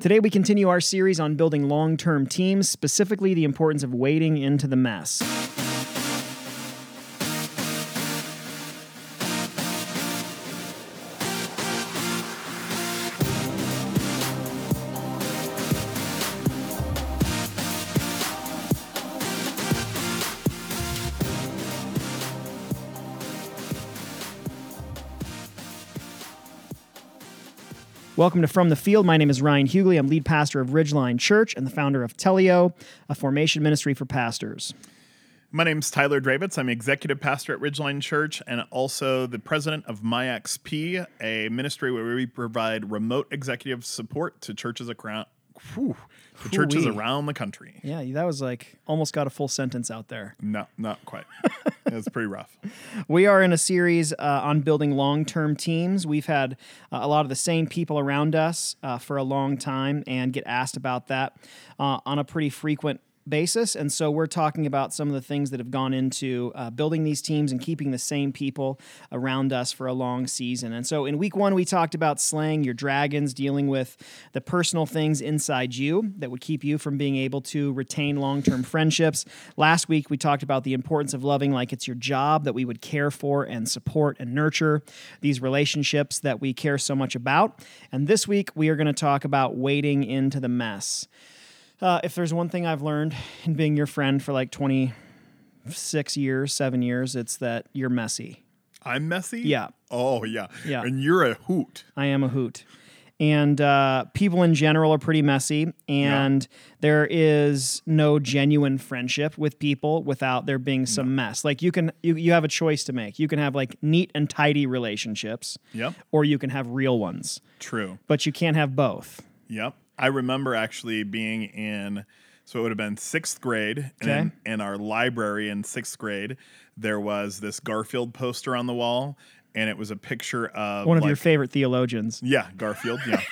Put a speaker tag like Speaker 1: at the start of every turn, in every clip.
Speaker 1: Today, we continue our series on building long term teams, specifically the importance of wading into the mess. Welcome to From the Field. My name is Ryan Hughley. I'm lead pastor of Ridgeline Church and the founder of Telio, a formation ministry for pastors.
Speaker 2: My name's Tyler Dravitz. I'm executive pastor at Ridgeline Church and also the president of MyXP, a ministry where we provide remote executive support to churches across whew, to churches
Speaker 1: Hoo-wee.
Speaker 2: around the country.
Speaker 1: Yeah, that was like almost got a full sentence out there.
Speaker 2: No, not quite. It's pretty rough.
Speaker 1: We are in a series uh, on building long term teams. We've had uh, a lot of the same people around us uh, for a long time and get asked about that uh, on a pretty frequent basis. And so we're talking about some of the things that have gone into uh, building these teams and keeping the same people around us for a long season. And so in week one, we talked about slaying your dragons, dealing with the personal things inside you that would keep you from being able to retain long term friendships. Last week, we talked about the importance of loving like it's your job that we would care for and support and nurture these relationships that we care so much about. And this week, we are going to talk about wading into the mess. Uh, if there's one thing I've learned in being your friend for like 26 years, seven years, it's that you're messy.
Speaker 2: I'm messy.
Speaker 1: Yeah.
Speaker 2: Oh yeah.
Speaker 1: Yeah.
Speaker 2: And you're a hoot.
Speaker 1: I am a hoot. And uh, people in general are pretty messy, and there is no genuine friendship with people without there being some mess. Like you can, you, you have a choice to make. You can have like neat and tidy relationships,
Speaker 2: Yep.
Speaker 1: or you can have real ones,
Speaker 2: True.
Speaker 1: but you can't have both.
Speaker 2: Yep. I remember actually being in, so it would have been sixth grade. And
Speaker 1: Okay.
Speaker 2: in, in our library in sixth grade, there was this Garfield poster on the wall, and it was a picture of
Speaker 1: One of
Speaker 2: like-
Speaker 1: your favorite theologians,
Speaker 2: yeah, Garfield. Yeah.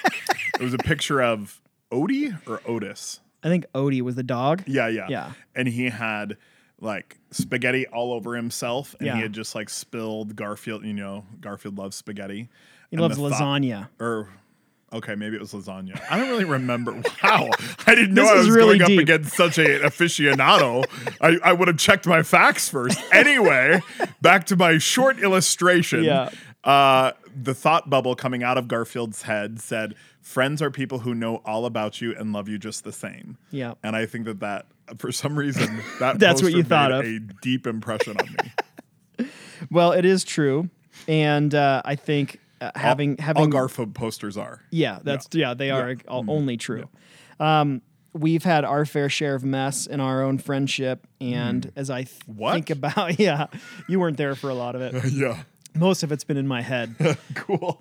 Speaker 2: it was a picture of Odie or Otis.
Speaker 1: I think Odie was the dog.
Speaker 2: Yeah, yeah.
Speaker 1: Yeah.
Speaker 2: And he had like spaghetti all over himself, and
Speaker 1: Yeah.
Speaker 2: he had just like spilled Garfield. You know, Garfield loves spaghetti.
Speaker 1: He
Speaker 2: And
Speaker 1: loves
Speaker 2: the thought-
Speaker 1: lasagna.
Speaker 2: or okay, maybe it was lasagna. I don't really remember. Wow, I didn't know
Speaker 1: This
Speaker 2: I
Speaker 1: is
Speaker 2: was
Speaker 1: really
Speaker 2: going
Speaker 1: deep.
Speaker 2: up against such an aficionado. I, I would have checked my facts first. Anyway, back to my short illustration.
Speaker 1: Yeah.
Speaker 2: Uh, the thought bubble coming out of Garfield's head said, "Friends are people who know all about you and love you just the same."
Speaker 1: Yeah.
Speaker 2: And I think that that, for some reason, that
Speaker 1: That's what
Speaker 2: poster
Speaker 1: you thought
Speaker 2: made
Speaker 1: of.
Speaker 2: A deep impression on me.
Speaker 1: Well, it is true, and uh, I think uh, having having
Speaker 2: all Garfield posters are.
Speaker 1: yeah, that's yeah, they are o- only true. Um, we've had our fair share of mess in our own friendship, and as I th-
Speaker 2: What?
Speaker 1: think about yeah, you weren't there for a lot of it.
Speaker 2: Yeah.
Speaker 1: Most of it's been in my head.
Speaker 2: Cool.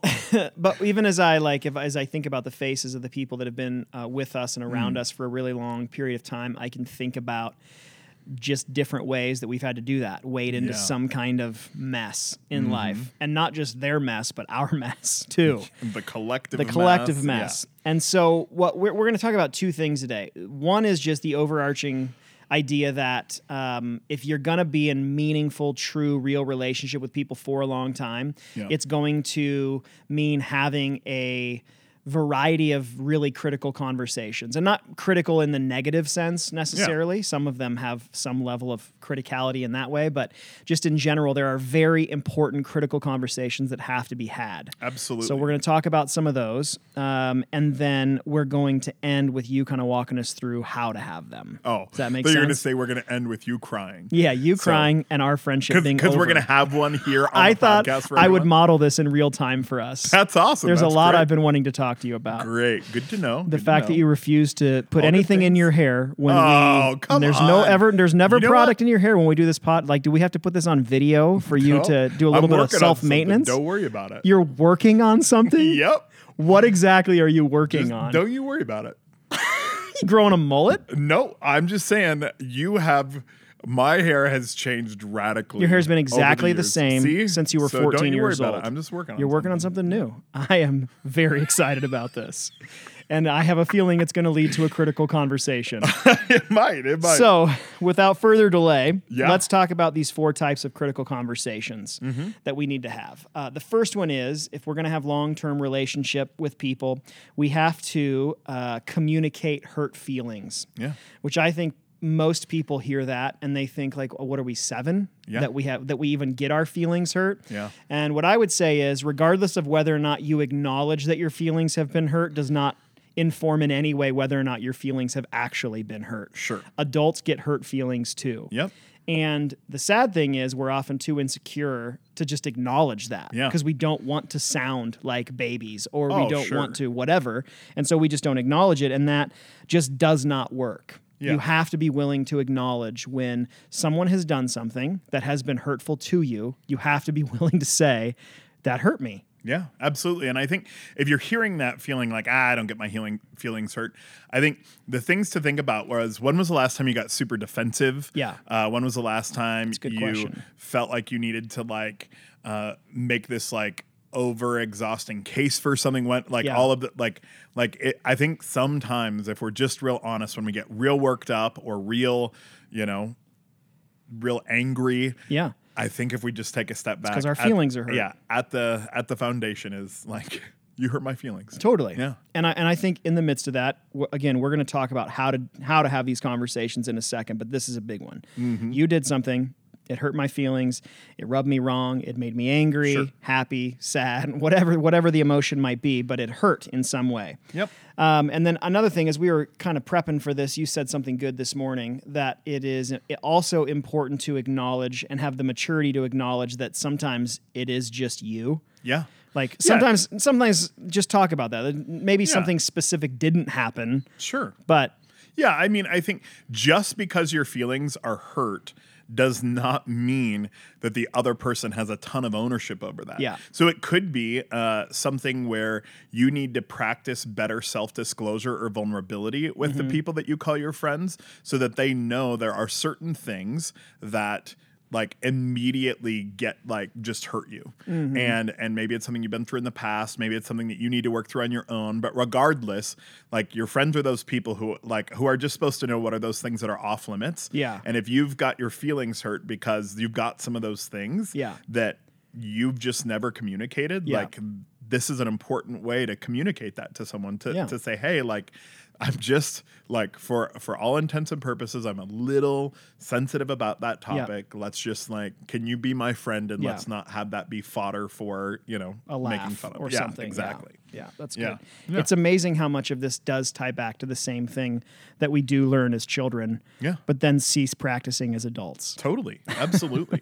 Speaker 1: but even as I like, if as I think about the faces of the people that have been uh, with us and around us for a really long period of time, I can think about just different ways that we've had to do that, wade into
Speaker 2: Yeah.
Speaker 1: some kind of mess in life, and not just their mess, but our mess too
Speaker 2: the collective
Speaker 1: the collective
Speaker 2: yeah.
Speaker 1: mess. And so, what we're, we're going to talk about two things today. One is just the overarching idea that um, if you're going to be in meaningful, true, real relationship with people for a long time,
Speaker 2: Yeah.
Speaker 1: it's going to mean having a variety of really critical conversations and not critical in the negative sense necessarily some of them have some level of criticality in that way but just in general there are very important critical conversations that have to be had
Speaker 2: Absolutely.
Speaker 1: so we're going to talk about some of those, um, and then we're going to end with you kind of walking us through how to have them.
Speaker 2: Oh,
Speaker 1: does that make
Speaker 2: so You're gonna
Speaker 1: sense?
Speaker 2: say we're gonna end with you crying.
Speaker 1: yeah, you
Speaker 2: So-
Speaker 1: crying and our friendship being
Speaker 2: because we're
Speaker 1: over.
Speaker 2: gonna have one here. On
Speaker 1: I
Speaker 2: the
Speaker 1: thought
Speaker 2: podcast for
Speaker 1: I would
Speaker 2: everyone.
Speaker 1: model this in real time for us.
Speaker 2: That's awesome.
Speaker 1: There's
Speaker 2: That's
Speaker 1: a lot
Speaker 2: great.
Speaker 1: I've been wanting to talk to you about.
Speaker 2: Great. Good to know.
Speaker 1: The fact that you refuse to put
Speaker 2: good
Speaker 1: anything in
Speaker 2: things.
Speaker 1: your hair when
Speaker 2: Oh,
Speaker 1: we
Speaker 2: come
Speaker 1: and there's no
Speaker 2: on.
Speaker 1: ever there's never
Speaker 2: You know
Speaker 1: product
Speaker 2: what?
Speaker 1: in your hair when we do this pot. Like, do we have to put this on video for you to do a little bit of self maintenance?
Speaker 2: Don't worry about it.
Speaker 1: You're working on something.
Speaker 2: yep.
Speaker 1: What exactly are you working
Speaker 2: Just
Speaker 1: on?
Speaker 2: Don't you worry about it.
Speaker 1: growing a mullet?
Speaker 2: No, I'm just saying that you have. My hair has changed radically.
Speaker 1: Your hair's been
Speaker 2: over
Speaker 1: exactly the,
Speaker 2: years.
Speaker 1: same
Speaker 2: See?
Speaker 1: since you were
Speaker 2: So
Speaker 1: 14
Speaker 2: don't you
Speaker 1: years
Speaker 2: worry
Speaker 1: old.
Speaker 2: About it. I'm just working on
Speaker 1: You're working on something new. I am very excited about this. and I have a feeling it's going to lead to a critical conversation.
Speaker 2: it might. It might.
Speaker 1: So, without further delay,
Speaker 2: Yeah.
Speaker 1: let's talk about these four types of critical conversations that we need to have. Uh, the first one is if we're going to have long term relationship with people, we have to uh, communicate hurt feelings.
Speaker 2: Yeah.
Speaker 1: which I think most people hear that and they think like, oh, what are we seven
Speaker 2: Yeah.
Speaker 1: that we have that we even get our feelings hurt?
Speaker 2: Yeah.
Speaker 1: And what I would say is, regardless of whether or not you acknowledge that your feelings have been hurt, does not inform in any way whether or not your feelings have actually been hurt.
Speaker 2: Sure.
Speaker 1: Adults get hurt feelings too.
Speaker 2: Yep.
Speaker 1: And the sad thing is, we're often too insecure to just acknowledge that
Speaker 2: Yeah.
Speaker 1: because we don't want to sound like babies or
Speaker 2: Oh,
Speaker 1: we don't
Speaker 2: sure.
Speaker 1: want to whatever. And so we just don't acknowledge it. And that just does not work.
Speaker 2: Yeah.
Speaker 1: You have to be willing to acknowledge when someone has done something that has been hurtful to you. You have to be willing to say, that hurt me.
Speaker 2: Yeah, absolutely. And I think if you're hearing that feeling like, ah, I don't get my healing feelings hurt, I think the things to think about was when was the last time you got super defensive?
Speaker 1: Yeah.
Speaker 2: Uh, when was the last time
Speaker 1: a good
Speaker 2: you
Speaker 1: question.
Speaker 2: felt like you needed to like uh, make this like over exhausting case for something went like
Speaker 1: Yeah.
Speaker 2: all of the like like it, i think sometimes if we're just real honest when we get real worked up or real you know real angry
Speaker 1: Yeah.
Speaker 2: I think if we just take a step back,
Speaker 1: 'cause our
Speaker 2: at-
Speaker 1: feelings are hurt.
Speaker 2: Yeah, at the at the foundation is like you hurt my feelings.
Speaker 1: Totally.
Speaker 2: Yeah.
Speaker 1: And I and I think in the midst of that, w- again, we're going to talk about how to how to have these conversations in a second. But this is a big one.
Speaker 2: Mm-hmm.
Speaker 1: You did something. It hurt my feelings. It rubbed me wrong. It made me angry,
Speaker 2: Sure.
Speaker 1: happy, sad, whatever whatever the emotion might be. But it hurt in some way.
Speaker 2: Yep.
Speaker 1: Um, and then another thing is we were kind of prepping for this. You said something good this morning that it is also important to acknowledge and have the maturity to acknowledge that sometimes it is just you.
Speaker 2: Yeah.
Speaker 1: Like sometimes, sometimes just talk about that. Maybe something specific didn't happen,
Speaker 2: Sure.
Speaker 1: but
Speaker 2: Yeah, I mean, I think just because your feelings are hurt does not mean that the other person has a ton of ownership over that.
Speaker 1: Yeah.
Speaker 2: So it could be uh, something where you need to practice better self disclosure or vulnerability with
Speaker 1: Mm-hmm.
Speaker 2: the people that you call your friends so that they know there are certain things that like immediately get like just hurt you
Speaker 1: Mm-hmm.
Speaker 2: and and maybe it's something you've been through in the past maybe it's something that you need to work through on your own but regardless like your friends are those people who like who are just supposed to know what are those things that are off limits
Speaker 1: Yeah.
Speaker 2: and if you've got your feelings hurt because you've got some of those things
Speaker 1: Yeah.
Speaker 2: that you've just never communicated
Speaker 1: Yeah.
Speaker 2: like this is an important way to communicate that to someone to,
Speaker 1: Yeah.
Speaker 2: to say hey like i'm just like for for all intents and purposes i'm a little sensitive about that
Speaker 1: Yeah.
Speaker 2: topic let's just like can you be my friend and
Speaker 1: Yeah.
Speaker 2: let's not have that be fodder for you know
Speaker 1: a laugh
Speaker 2: making fun of
Speaker 1: or
Speaker 2: Yeah,
Speaker 1: something. Yeah.
Speaker 2: exactly
Speaker 1: Yeah, that's
Speaker 2: Yeah.
Speaker 1: good. It's amazing how much of this does tie back to the same thing that we do learn as children.
Speaker 2: Yeah.
Speaker 1: But then cease practicing as adults.
Speaker 2: totally absolutely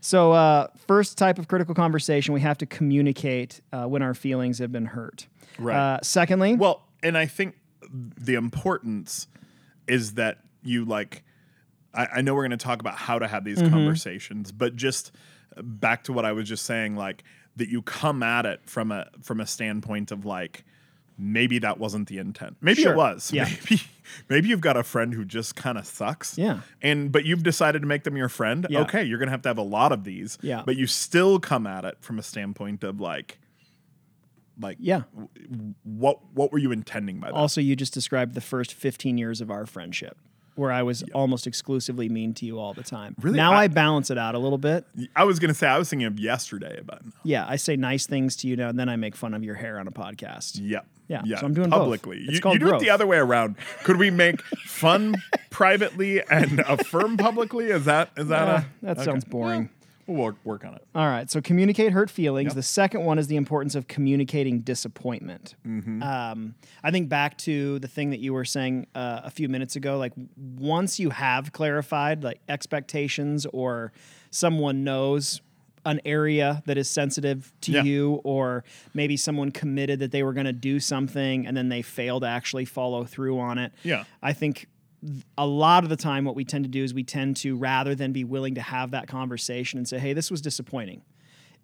Speaker 1: So, uh, first type of critical conversation, we have to communicate uh, when our feelings have been hurt.
Speaker 2: Right.
Speaker 1: Uh, secondly,
Speaker 2: Well, and I think the importance is that you like. I, I know we're going to talk about how to have these
Speaker 1: Mm-hmm.
Speaker 2: conversations, but just back to what I was just saying, like that you come at it from a from a standpoint of like maybe that wasn't the intent. Maybe
Speaker 1: Sure.
Speaker 2: it was.
Speaker 1: Yeah.
Speaker 2: Maybe maybe you've got a friend who just kind of sucks.
Speaker 1: Yeah.
Speaker 2: And but you've decided to make them your friend.
Speaker 1: Yeah.
Speaker 2: Okay, you're going to have to have a lot of these.
Speaker 1: Yeah.
Speaker 2: But you still come at it from a standpoint of like like
Speaker 1: yeah.
Speaker 2: what what were you intending by that?
Speaker 1: Also, you just described the first 15 years of our friendship. Where I was almost exclusively mean to you all the time.
Speaker 2: Really?
Speaker 1: Now
Speaker 2: I-
Speaker 1: I balance it out a little bit.
Speaker 2: I was gonna say I was thinking of yesterday, but
Speaker 1: Yeah, I say nice things to you now, and then I make fun of your hair on a podcast.
Speaker 2: yep.
Speaker 1: Yeah, so I'm doing both.
Speaker 2: publicly.
Speaker 1: It's
Speaker 2: You- You,
Speaker 1: called
Speaker 2: do
Speaker 1: growth.
Speaker 2: it the other way around. Could we make fun privately and affirm publicly? Is that is that
Speaker 1: Uh,
Speaker 2: a
Speaker 1: that
Speaker 2: okay.
Speaker 1: sounds boring.
Speaker 2: We'll work, work on it.
Speaker 1: All right, so communicate hurt feelings. The second one is the importance of communicating disappointment.
Speaker 2: Mm-hmm.
Speaker 1: Um, I think back to the thing that you were saying uh, a few minutes ago. Like once you have clarified like expectations, or someone knows an area that is sensitive to
Speaker 2: Yeah.
Speaker 1: you, or maybe someone committed that they were going to do something and then they fail to actually follow through on it.
Speaker 2: Yeah.
Speaker 1: I think th- a lot of the time what we tend to do is we tend to rather than be willing to have that conversation and say hey this was disappointing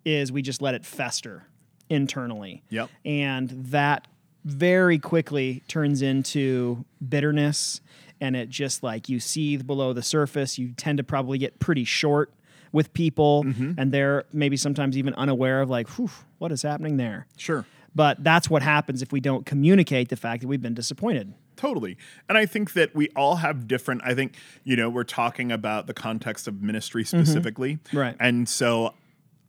Speaker 1: is we just let it fester internally
Speaker 2: Yep.
Speaker 1: and that very quickly turns into bitterness and it just like you seethe below the surface you tend to probably get pretty short with people and they're maybe sometimes even unaware of like whew, what is happening there
Speaker 2: Sure.
Speaker 1: But that's what happens if we don't communicate the fact that we've been disappointed.
Speaker 2: Totally. And I think that we all have different, I think, you know, we're talking about the context of ministry specifically.
Speaker 1: Mm-hmm. Right.
Speaker 2: And so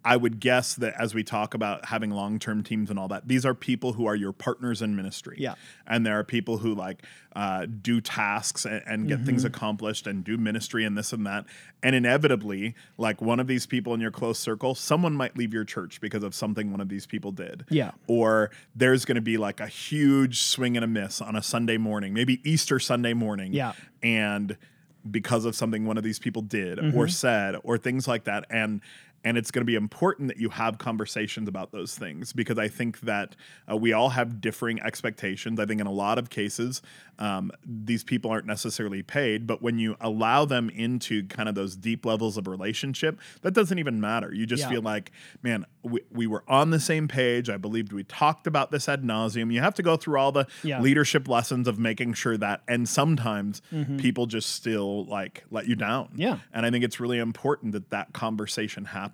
Speaker 2: I would guess that as we talk about having long term teams and all that, these are people who are your partners in ministry.
Speaker 1: Yeah.
Speaker 2: And there are people who like uh, do tasks and, and get things
Speaker 1: Mm-hmm.
Speaker 2: accomplished and do ministry and this and that. And inevitably, like one of these people in your close circle, someone might leave your church because of something one of these people did
Speaker 1: Yeah.
Speaker 2: or there's going to be like a huge swing and a miss on a Sunday morning, maybe Easter Sunday morning.
Speaker 1: Yeah.
Speaker 2: And because of something one of these people did
Speaker 1: Mm-hmm.
Speaker 2: or said or things like that and and it's going to be important that you have conversations about those things because I think that uh, we all have differing expectations. I think in a lot of cases, um, these people aren't necessarily paid, but when you allow them into kind of those deep levels of relationship, that doesn't even matter. You just
Speaker 1: Yeah.
Speaker 2: feel like like, man, we, we were on the same page. I believed we talked about this ad nauseum. You have to go through all the
Speaker 1: Yeah.
Speaker 2: leadership lessons of making sure that, and sometimes people just still like let you down.
Speaker 1: Mm-hmm. Yeah.
Speaker 2: And I think it's really important that that conversation happen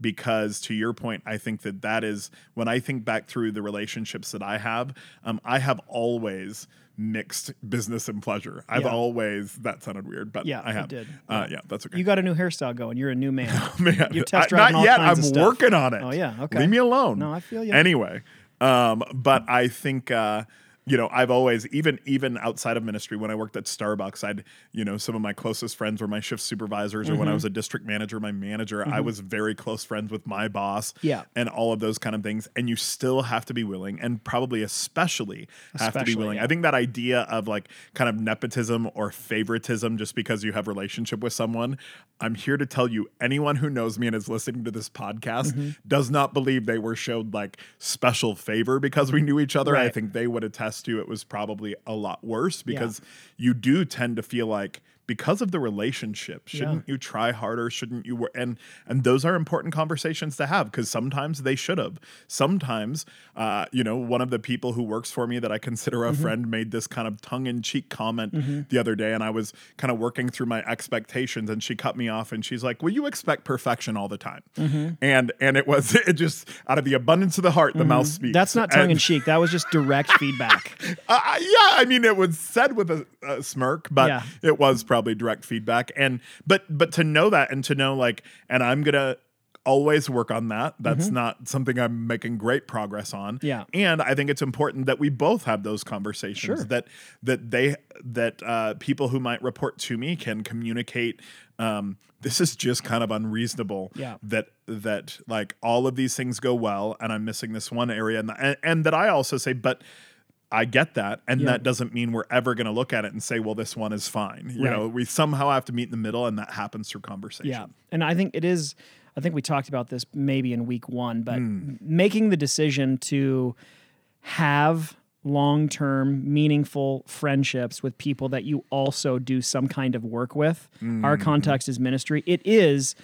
Speaker 2: because, to your point, I think that that is when I think back through the relationships that I have, um, I have always mixed business and pleasure. I've
Speaker 1: Yeah.
Speaker 2: always, that sounded weird, but
Speaker 1: Yeah,
Speaker 2: I
Speaker 1: it
Speaker 2: have.
Speaker 1: did.
Speaker 2: Uh, yeah, that's okay.
Speaker 1: You got a new hairstyle going. You're a new man.
Speaker 2: Man,
Speaker 1: You're test
Speaker 2: I-
Speaker 1: driving
Speaker 2: not
Speaker 1: all
Speaker 2: yet.
Speaker 1: kinds
Speaker 2: I'm
Speaker 1: of stuff.
Speaker 2: working on it.
Speaker 1: Oh, yeah, okay.
Speaker 2: Leave me alone.
Speaker 1: No, I feel you.
Speaker 2: Anyway, um, but I think uh, you know I've always even even outside of ministry when I worked at Starbucks, I'd you know some of my closest friends were my shift supervisors, or when
Speaker 1: Mm-hmm.
Speaker 2: I was a district manager, my manager. I was very close friends with my boss.
Speaker 1: Yeah.
Speaker 2: and all of those kind of things. And you still have to be willing, and probably especially, have to be
Speaker 1: Especially,
Speaker 2: willing.
Speaker 1: yeah.
Speaker 2: I think that idea of like kind of nepotism or favoritism just because you have relationship with someone, I'm here to tell you anyone who knows me and is listening to this podcast does not believe they were showed like special favor because we knew each other. I
Speaker 1: Right.
Speaker 2: think they would attest to it was probably a lot worse because you do tend to feel like because of the relationship shouldn't you try harder shouldn't you wor- and and those are important conversations to have because sometimes they should have sometimes uh, you know one of the people who works for me that i consider
Speaker 1: Mm-hmm.
Speaker 2: a friend made this kind of tongue-in-cheek comment the other day and i was kind of working through my expectations and she cut me off and she's like well you expect perfection all the time
Speaker 1: Mm-hmm.
Speaker 2: and and it was it just out of the abundance of the heart the mouth speaks
Speaker 1: Mm-hmm. That's not
Speaker 2: And-
Speaker 1: tongue in cheek. That was just direct feedback.
Speaker 2: uh, uh, yeah, I mean, it was said with a, a smirk, but
Speaker 1: Yeah.
Speaker 2: it was probably direct feedback. And but but to know that and to know like, and I'm gonna always work on that. That's not something I'm making great progress on.
Speaker 1: Mm-hmm. Yeah.
Speaker 2: and I think it's important that we both have those conversations. That that they that uh, people who might report to me can communicate. Um, this is just kind of unreasonable
Speaker 1: Yeah.
Speaker 2: that that like all of these things go well and i'm missing this one area and and, and that i also say but i get that and that doesn't mean we're ever going to look at it and say well this one is fine you
Speaker 1: Right.
Speaker 2: know we somehow have to meet in the middle and that happens through conversation
Speaker 1: Yeah. And I think it is, I think we talked about this maybe in week one, but making the decision to have long term, meaningful friendships with people that you also do some kind of work with. Our context is ministry. It is.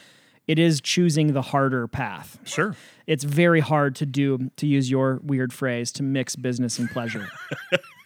Speaker 1: It is choosing the harder path.
Speaker 2: sure
Speaker 1: It's very hard to do, to use your weird phrase, to mix business and pleasure.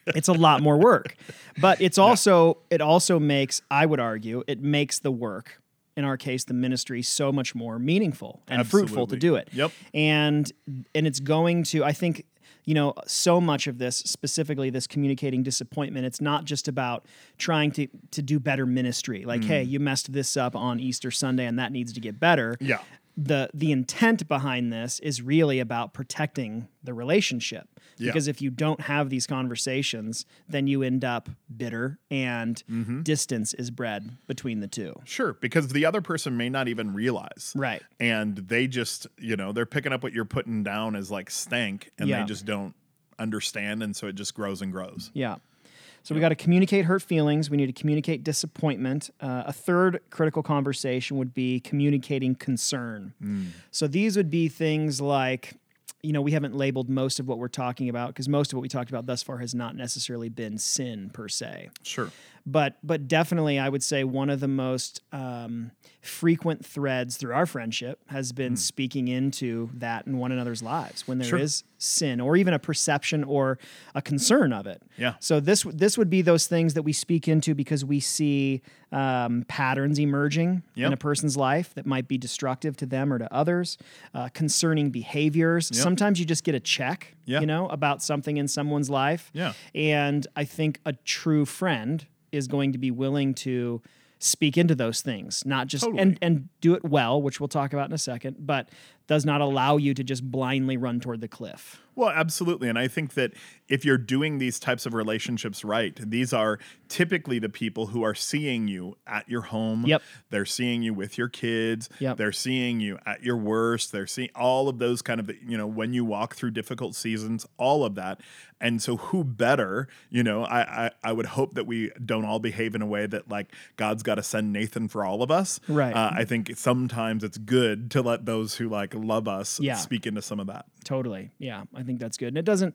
Speaker 1: it's a lot more work but it's also it also makes i would argue it makes the work in our case the ministry so much more meaningful and fruitful to
Speaker 2: Absolutely.
Speaker 1: do it
Speaker 2: Yep.
Speaker 1: and and it's going to i think you know so much of this specifically this communicating disappointment it's not just about trying to to do better ministry like hey
Speaker 2: Mm.
Speaker 1: you messed this up on easter sunday and that needs to get better
Speaker 2: Yeah.
Speaker 1: the the intent behind this is really about protecting the relationship
Speaker 2: Yeah.
Speaker 1: because if you don't have these conversations then you end up bitter and distance is bred between the two
Speaker 2: sure because the other person may not even realize
Speaker 1: right
Speaker 2: and they just you know they're picking up what you're putting down as like stank and
Speaker 1: Yeah.
Speaker 2: they just don't understand and so it just grows and grows
Speaker 1: Yeah. So we got to communicate hurt feelings. We need to communicate disappointment. Uh, a third critical conversation would be communicating concern. So these would be things like, you know, we haven't labeled most of what we're talking about because most of what we talked about thus far has not necessarily been sin per se
Speaker 2: sure
Speaker 1: but but definitely I would say one of the most um, frequent threads through our friendship has been speaking into that in one another's lives when there is
Speaker 2: Hmm. Sure.
Speaker 1: sin or even a perception or a concern of it.
Speaker 2: Yeah.
Speaker 1: So this this would be those things that we speak into because we see um, patterns emerging in
Speaker 2: Yep.
Speaker 1: a person's life that might be destructive to them or to others, uh, concerning behaviors. Sometimes you just get a check,
Speaker 2: Yeah.
Speaker 1: you know, about something in someone's life.
Speaker 2: Yeah.
Speaker 1: And I think a true friend is going to be willing to speak into those things, not just
Speaker 2: Totally.
Speaker 1: and and do it well, which we'll talk about in a second, but does not allow you to just blindly run toward the cliff.
Speaker 2: Well, absolutely. And I think that if you're doing these types of relationships right, these are typically the people who are seeing you at your home.
Speaker 1: Yep.
Speaker 2: They're seeing you with your kids.
Speaker 1: Yep.
Speaker 2: They're seeing you at your worst. They're seeing all of those kind of, you know, when you walk through difficult seasons, all of that. And so who better, you know, I, I, I would hope that we don't all behave in a way that like God's got to send Nathan for all of us.
Speaker 1: Right.
Speaker 2: Uh, I think sometimes it's good to let those who like love us
Speaker 1: Yeah.
Speaker 2: speak into some of that.
Speaker 1: Totally. Yeah, I think that's good. And it doesn't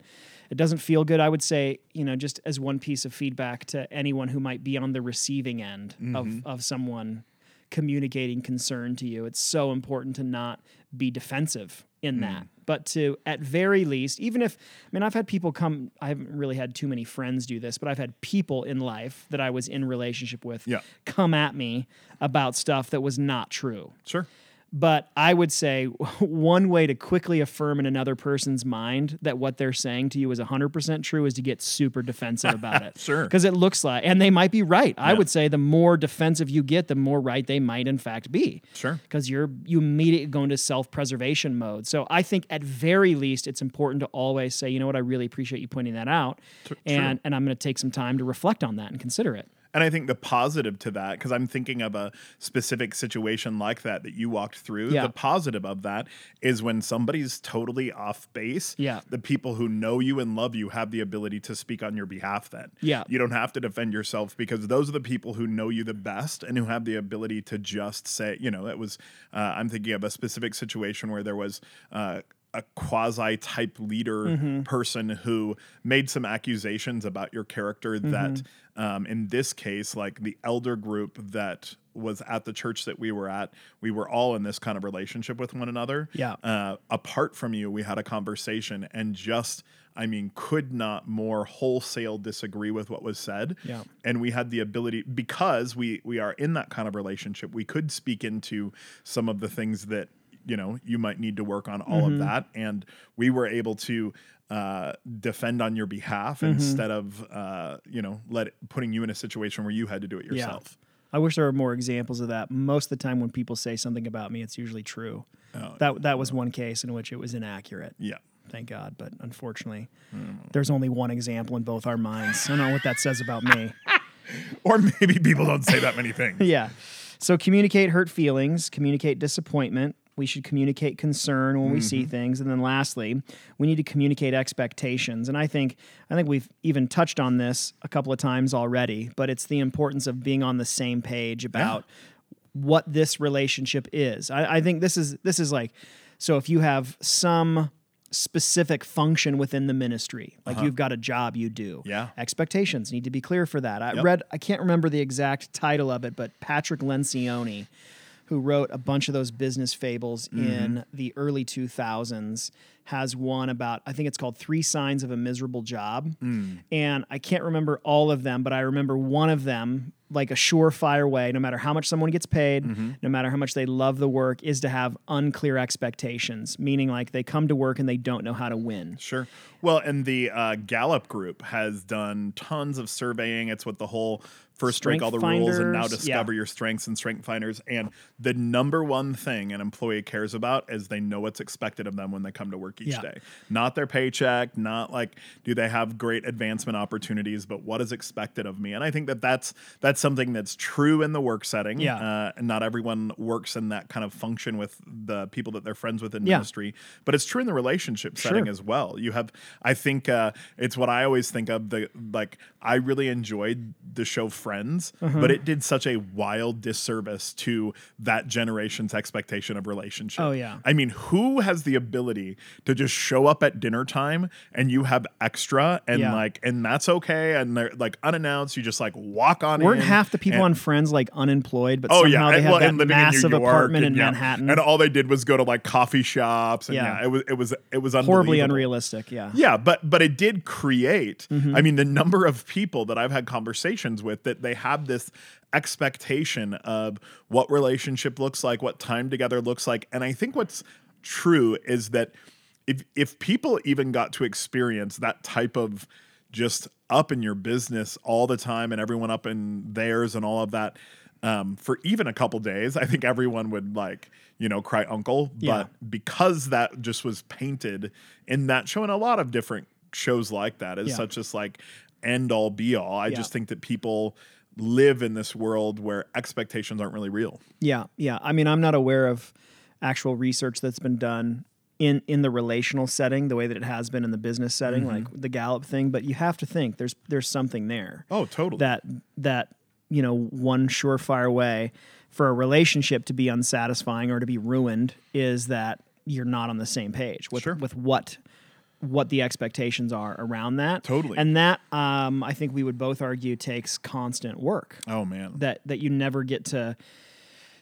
Speaker 1: it doesn't feel good. I would say, you know, just as one piece of feedback to anyone who might be on the receiving end of of someone communicating concern to you. It's so important to not be defensive in that. But to at very least, even if I mean I've had people come I haven't really had too many friends do this, but I've had people in life that I was in relationship with
Speaker 2: Yeah.
Speaker 1: come at me about stuff that was not true.
Speaker 2: Sure.
Speaker 1: But I would say one way to quickly affirm in another person's mind that what they're saying to you is 100% true is to get super defensive about it.
Speaker 2: Sure.
Speaker 1: Because it looks like, and they might be right. I would say the more defensive you get, the more right they might in fact be.
Speaker 2: Sure.
Speaker 1: Because you're you immediately go into self preservation mode. So I think at very least it's important to always say, you know what, I really appreciate you pointing that out, and and I'm going to take some time to reflect on that and consider it.
Speaker 2: And I think the positive to that, because I'm thinking of a specific situation like that that you walked through,
Speaker 1: Yeah.
Speaker 2: the positive of that is when somebody's totally off base,
Speaker 1: Yeah.
Speaker 2: the people who know you and love you have the ability to speak on your behalf then.
Speaker 1: Yeah.
Speaker 2: You don't have to defend yourself because those are the people who know you the best and who have the ability to just say, you know, that was, uh, I'm thinking of a specific situation where there was, uh, a quasi type leader
Speaker 1: Mm-hmm.
Speaker 2: person who made some accusations about your character that
Speaker 1: Mm-hmm.
Speaker 2: um, in this case like the elder group that was at the church that we were at we were all in this kind of relationship with one another
Speaker 1: Yeah.
Speaker 2: uh, apart from you we had a conversation and just i mean could not more wholesale disagree with what was said
Speaker 1: Yeah.
Speaker 2: and we had the ability because we we are in that kind of relationship we could speak into some of the things that you know you might need to work on all of that and we were able to uh, defend on your behalf instead of uh, you know let putting you in a situation where you had to do it yourself
Speaker 1: I wish there were more examples of that. Most of the time, when people say something about me, it's usually true. that that was one case in which it was inaccurate.
Speaker 2: Oh, yeah Hmm.
Speaker 1: Thank God, but unfortunately, there's only one example in both our minds. I don't know what that says about me.
Speaker 2: or maybe people don't say that many things
Speaker 1: Yeah. So communicate hurt feelings, communicate disappointment. We should communicate concern when we
Speaker 2: Mm-hmm.
Speaker 1: see things, and then lastly, we need to communicate expectations. And I think I think we've even touched on this a couple of times already, but it's the importance of being on the same page about what this relationship is. I, I think this is this is like so if you have some specific function within the ministry, like you've got a job you do.
Speaker 2: Yeah.
Speaker 1: Expectations need to be clear for that. I read I can't remember the exact title of it, but Patrick Lencioni, who wrote a bunch of those business fables
Speaker 2: Mm-hmm.
Speaker 1: in the early two thousands, has one about I think it's called Three Signs of a Miserable Job.
Speaker 2: Mm.
Speaker 1: And I can't remember all of them, but I remember one of them like a surefire way, no matter how much someone gets paid,
Speaker 2: Mm-hmm.
Speaker 1: no matter how much they love the work, is to have unclear expectations, meaning like they come to work and they don't know how to win.
Speaker 2: Sure. Well, and the uh, Gallup group has done tons of surveying. It's what the whole first break
Speaker 1: Strength
Speaker 2: all the rules and now
Speaker 1: finders, yeah.
Speaker 2: discover your strengths and strength finders. And the number one thing an employee cares about is they know what's expected of them when they come to work each
Speaker 1: Yeah.
Speaker 2: day. Not their paycheck, not like do they have great advancement opportunities, but what is expected of me. And I think that that's that's something that's true in the work setting.
Speaker 1: Yeah.
Speaker 2: Uh, and not everyone works in that kind of function with the people that they're friends with in
Speaker 1: Yeah.
Speaker 2: ministry, but it's true in the relationship setting
Speaker 1: Sure.
Speaker 2: as well. You have, I think, uh, it's what I always think of the like, I really enjoyed the show Friends,
Speaker 1: Uh-huh.
Speaker 2: but it did such a wild disservice to that generation's expectation of relationship.
Speaker 1: Oh, yeah.
Speaker 2: I mean, who has the ability to just show up at dinner time and you have extra and
Speaker 1: Yeah.
Speaker 2: like and that's okay and they're like unannounced, you just like walk on
Speaker 1: Weren't
Speaker 2: in
Speaker 1: half the people
Speaker 2: and-
Speaker 1: on Friends like unemployed, but
Speaker 2: Oh
Speaker 1: somehow
Speaker 2: yeah,
Speaker 1: they
Speaker 2: and,
Speaker 1: had
Speaker 2: well,
Speaker 1: that
Speaker 2: and living in New
Speaker 1: massive
Speaker 2: York
Speaker 1: apartment
Speaker 2: and,
Speaker 1: in
Speaker 2: yeah.
Speaker 1: Manhattan?
Speaker 2: and all they did was go to like coffee shops. And,
Speaker 1: Yeah.
Speaker 2: yeah. it was it was it was
Speaker 1: Horribly
Speaker 2: unbelievable.
Speaker 1: unrealistic. Yeah.
Speaker 2: Yeah, but but it did create. I mean, the number of people that I've had conversations with that they have this expectation of what relationship looks like, what time together looks like, and I think what's true is that if if people even got to experience that type of just up in your business all the time and everyone up in theirs and all of that um, for even a couple days, I think everyone would like, you know, cry uncle.
Speaker 1: Yeah.
Speaker 2: But because that just was painted in that show and a lot of different shows like that is
Speaker 1: Yeah.
Speaker 2: such just like end all be all. I
Speaker 1: Yeah.
Speaker 2: just think that people live in this world where expectations aren't really real.
Speaker 1: Yeah, yeah. I mean, I'm not aware of actual research that's been done in in the relational setting the way that it has been in the business setting,
Speaker 2: Mm-hmm.
Speaker 1: like the Gallup thing. But you have to think there's there's something there.
Speaker 2: Oh, totally.
Speaker 1: That that you know one surefire way for a relationship to be unsatisfying or to be ruined is that you're not on the same page with
Speaker 2: Sure.
Speaker 1: with what what the expectations are around that
Speaker 2: Totally.
Speaker 1: and that um, i think we would both argue takes constant work
Speaker 2: oh man.
Speaker 1: that that you never get to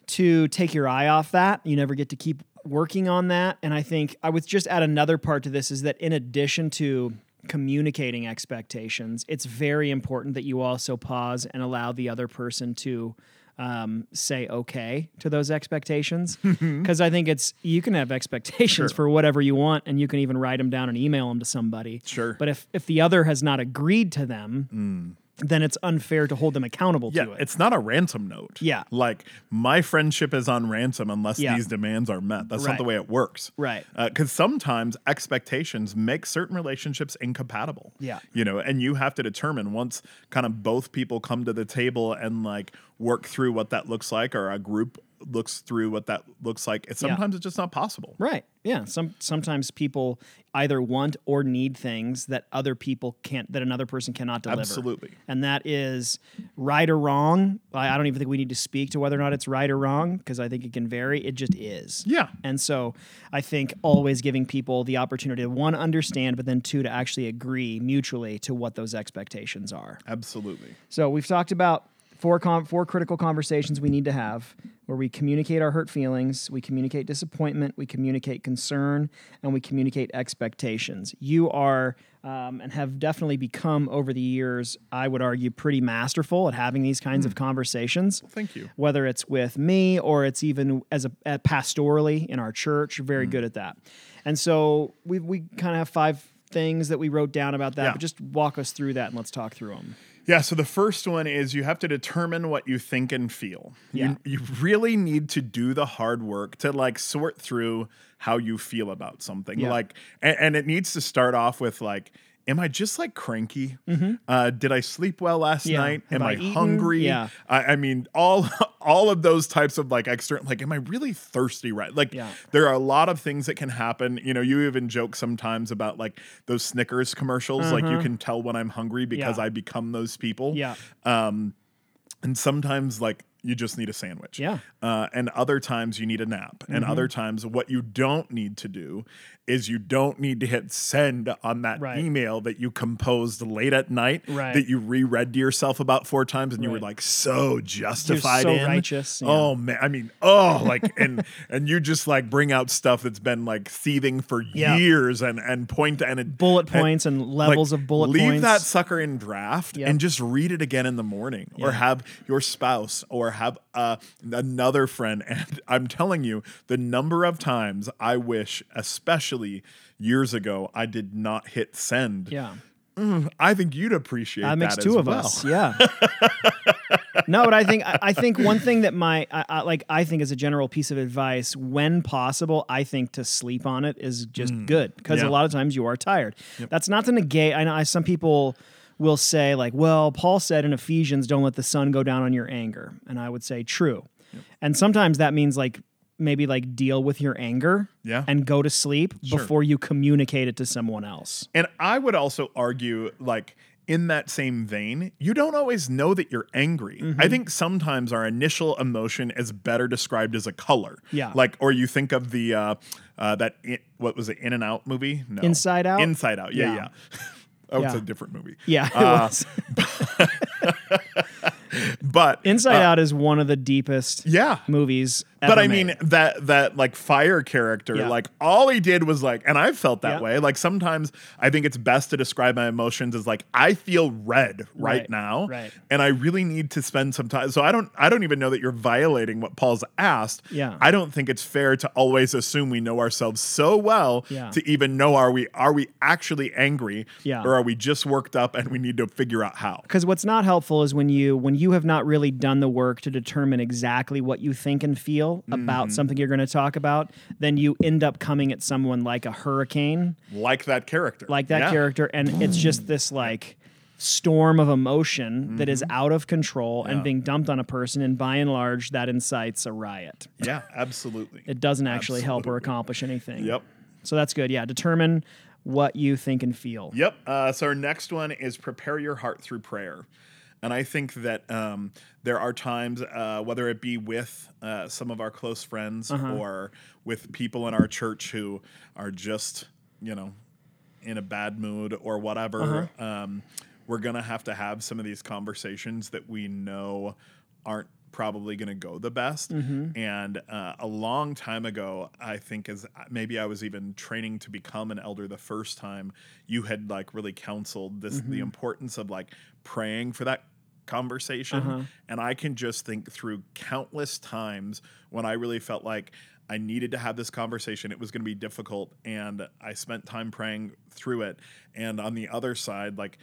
Speaker 1: to take your eye off that. You never get to keep working on that. And I think I would just add another part to this is that in addition to communicating expectations, it's very important that you also pause and allow the other person to um, say okay to those expectations
Speaker 2: Mm-hmm.
Speaker 1: because I think it's you can have expectations for whatever you want and you can even write them down and email them to somebody.
Speaker 2: Sure.
Speaker 1: But if if the other has not agreed to them, then it's unfair to hold them accountable
Speaker 2: Mm. yeah,
Speaker 1: to it.
Speaker 2: it's not a ransom note.
Speaker 1: Yeah.
Speaker 2: Like my friendship is on ransom unless
Speaker 1: Yeah.
Speaker 2: these demands are met. That's not the
Speaker 1: Right.
Speaker 2: way it works.
Speaker 1: Right.
Speaker 2: Because sometimes expectations make certain relationships incompatible.
Speaker 1: Yeah.
Speaker 2: You know, and you have to determine once kind of both people come to the table and like work through what that looks like or a group looks through what that looks like. It's sometimes it's just not possible.
Speaker 1: Right. Yeah. Some sometimes people either want or need things that other people can't that another person cannot deliver.
Speaker 2: Absolutely.
Speaker 1: And that is right or wrong. I, I don't even think we need to speak to whether or not it's right or wrong because I think it can vary. It just is.
Speaker 2: Yeah.
Speaker 1: And so I think always giving people the opportunity to one understand, but then two to actually agree mutually to what those expectations are.
Speaker 2: Absolutely.
Speaker 1: So we've talked about four con four critical conversations we need to have where we communicate our hurt feelings, we communicate disappointment, we communicate concern, and we communicate expectations. You are um, and have definitely become over the years, I would argue, pretty masterful at having these kinds of conversations
Speaker 2: Thank you.
Speaker 1: whether it's with me or it's even as a at pastorally in our church, you're very good at that. And so we we kind of have five things that we wrote down about that,
Speaker 2: Yeah.
Speaker 1: but just walk us through that and let's talk through them.
Speaker 2: Yeah, so the first one is you have to determine what you think and feel.
Speaker 1: Yeah.
Speaker 2: You, you really need to do the hard work to like sort through how you feel about something.
Speaker 1: Yeah.
Speaker 2: Like, and, and it needs to start off with like, am I just like cranky? Uh, did I sleep well last
Speaker 1: Mm-hmm. Yeah.
Speaker 2: night?
Speaker 1: Have
Speaker 2: am
Speaker 1: I
Speaker 2: I,
Speaker 1: eaten?
Speaker 2: hungry?
Speaker 1: Yeah.
Speaker 2: I, I mean, all all of those types of like external, like, am I really thirsty? Right? Like,
Speaker 1: Yeah.
Speaker 2: there are a lot of things that can happen. You know, you even joke sometimes about like those Snickers commercials. Like, you can tell when I'm hungry because
Speaker 1: Mm-hmm. Yeah.
Speaker 2: I become those people.
Speaker 1: Yeah.
Speaker 2: And sometimes, like, you just need a sandwich.
Speaker 1: Yeah. Mm-hmm.
Speaker 2: Uh, and other times, you need a nap. And other times, what you don't need to do is you don't need to hit send on that
Speaker 1: Right.
Speaker 2: email that you composed late at night
Speaker 1: Right.
Speaker 2: that you reread to yourself about four times and you were
Speaker 1: Right.
Speaker 2: like so justified
Speaker 1: so
Speaker 2: in.
Speaker 1: righteous, yeah.
Speaker 2: Oh man, I mean, oh, like and and you just like bring out stuff that's been like seething for
Speaker 1: Yeah.
Speaker 2: years and and point and it,
Speaker 1: Bullet
Speaker 2: and-
Speaker 1: points and, levels
Speaker 2: like,
Speaker 1: of bullet
Speaker 2: leave
Speaker 1: points.
Speaker 2: that sucker in draft
Speaker 1: Yep.
Speaker 2: and just read it again in the morning or have your spouse or have uh, another friend and i'm telling you the number of times i wish especially years ago i did not hit send
Speaker 1: yeah.
Speaker 2: i think you'd appreciate
Speaker 1: that
Speaker 2: that
Speaker 1: makes
Speaker 2: as
Speaker 1: two of
Speaker 2: well.
Speaker 1: us. Yeah. no, but I think I, I think one thing that my I, I, like I think as a general piece of advice, when possible, I think to sleep on it is just good because
Speaker 2: Mm. Yeah.
Speaker 1: a lot of times you are tired. That's not to negate. I know I, some people will say like, "Well, Paul said in Ephesians, don't let the sun go down on your anger," and I would say, "True," and sometimes that means like maybe like deal with your anger
Speaker 2: Yeah.
Speaker 1: and go to sleep before you communicate it to someone else.
Speaker 2: And I would also argue, like, in that same vein, you don't always know that you're angry. I
Speaker 1: Mm-hmm.
Speaker 2: think sometimes our initial emotion is better described as a color.
Speaker 1: Yeah.
Speaker 2: Like, or you think of the, uh, uh, that, in, what was it, In and Out movie? No.
Speaker 1: Inside Out?
Speaker 2: Inside Out. Yeah, yeah.
Speaker 1: Yeah.
Speaker 2: oh, it's
Speaker 1: Yeah.
Speaker 2: a different movie.
Speaker 1: Yeah, it
Speaker 2: Uh,
Speaker 1: was.
Speaker 2: But,
Speaker 1: Inside Out is one of the deepest
Speaker 2: Uh, yeah.
Speaker 1: movies.
Speaker 2: But
Speaker 1: ever
Speaker 2: I
Speaker 1: made.
Speaker 2: mean that that like fire character,
Speaker 1: Yeah.
Speaker 2: like all he did was like, and I've felt that
Speaker 1: Yeah.
Speaker 2: way. Like sometimes I think it's best to describe my emotions as like I feel red right,
Speaker 1: Right,
Speaker 2: now,
Speaker 1: right.
Speaker 2: and I really need to spend some time. So I don't I don't even know that you're violating what Paul's asked.
Speaker 1: Yeah.
Speaker 2: I don't think it's fair to always assume we know ourselves so well
Speaker 1: Yeah.
Speaker 2: to even know are we are we actually angry,
Speaker 1: Yeah.
Speaker 2: or are we just worked up and we need to figure out how.
Speaker 1: because what's not helpful is when you when you have not really done the work to determine exactly what you think and feel
Speaker 2: Mm-hmm.
Speaker 1: about something you're going to talk about then you end up coming at someone like a hurricane
Speaker 2: Like that character,
Speaker 1: like that
Speaker 2: Yeah.
Speaker 1: character and it's just this like storm of emotion that is
Speaker 2: Mm-hmm.
Speaker 1: out of control and being dumped on a person and by and large that incites a riot
Speaker 2: Yeah, absolutely.
Speaker 1: it doesn't actually help or accomplish anything
Speaker 2: Yep.
Speaker 1: so that's good yeah determine what you think and feel
Speaker 2: Yep. Uh, so our next one is prepare your heart through prayer. And I think that um, there are times, uh, whether it be with uh, some of our close friends or with people in our church who are just, you know, in a bad mood or whatever, um, we're going to have to have some of these conversations that we know aren't probably going to go the best. And uh, a long time ago, I think, as maybe I was even training to become an elder the first time, you had like really counseled this the importance of like praying for that conversation.
Speaker 1: Uh-huh.
Speaker 2: And I can just think through countless times when I really felt like I needed to have this conversation. It was going to be difficult. And I spent time praying through it. And on the other side, like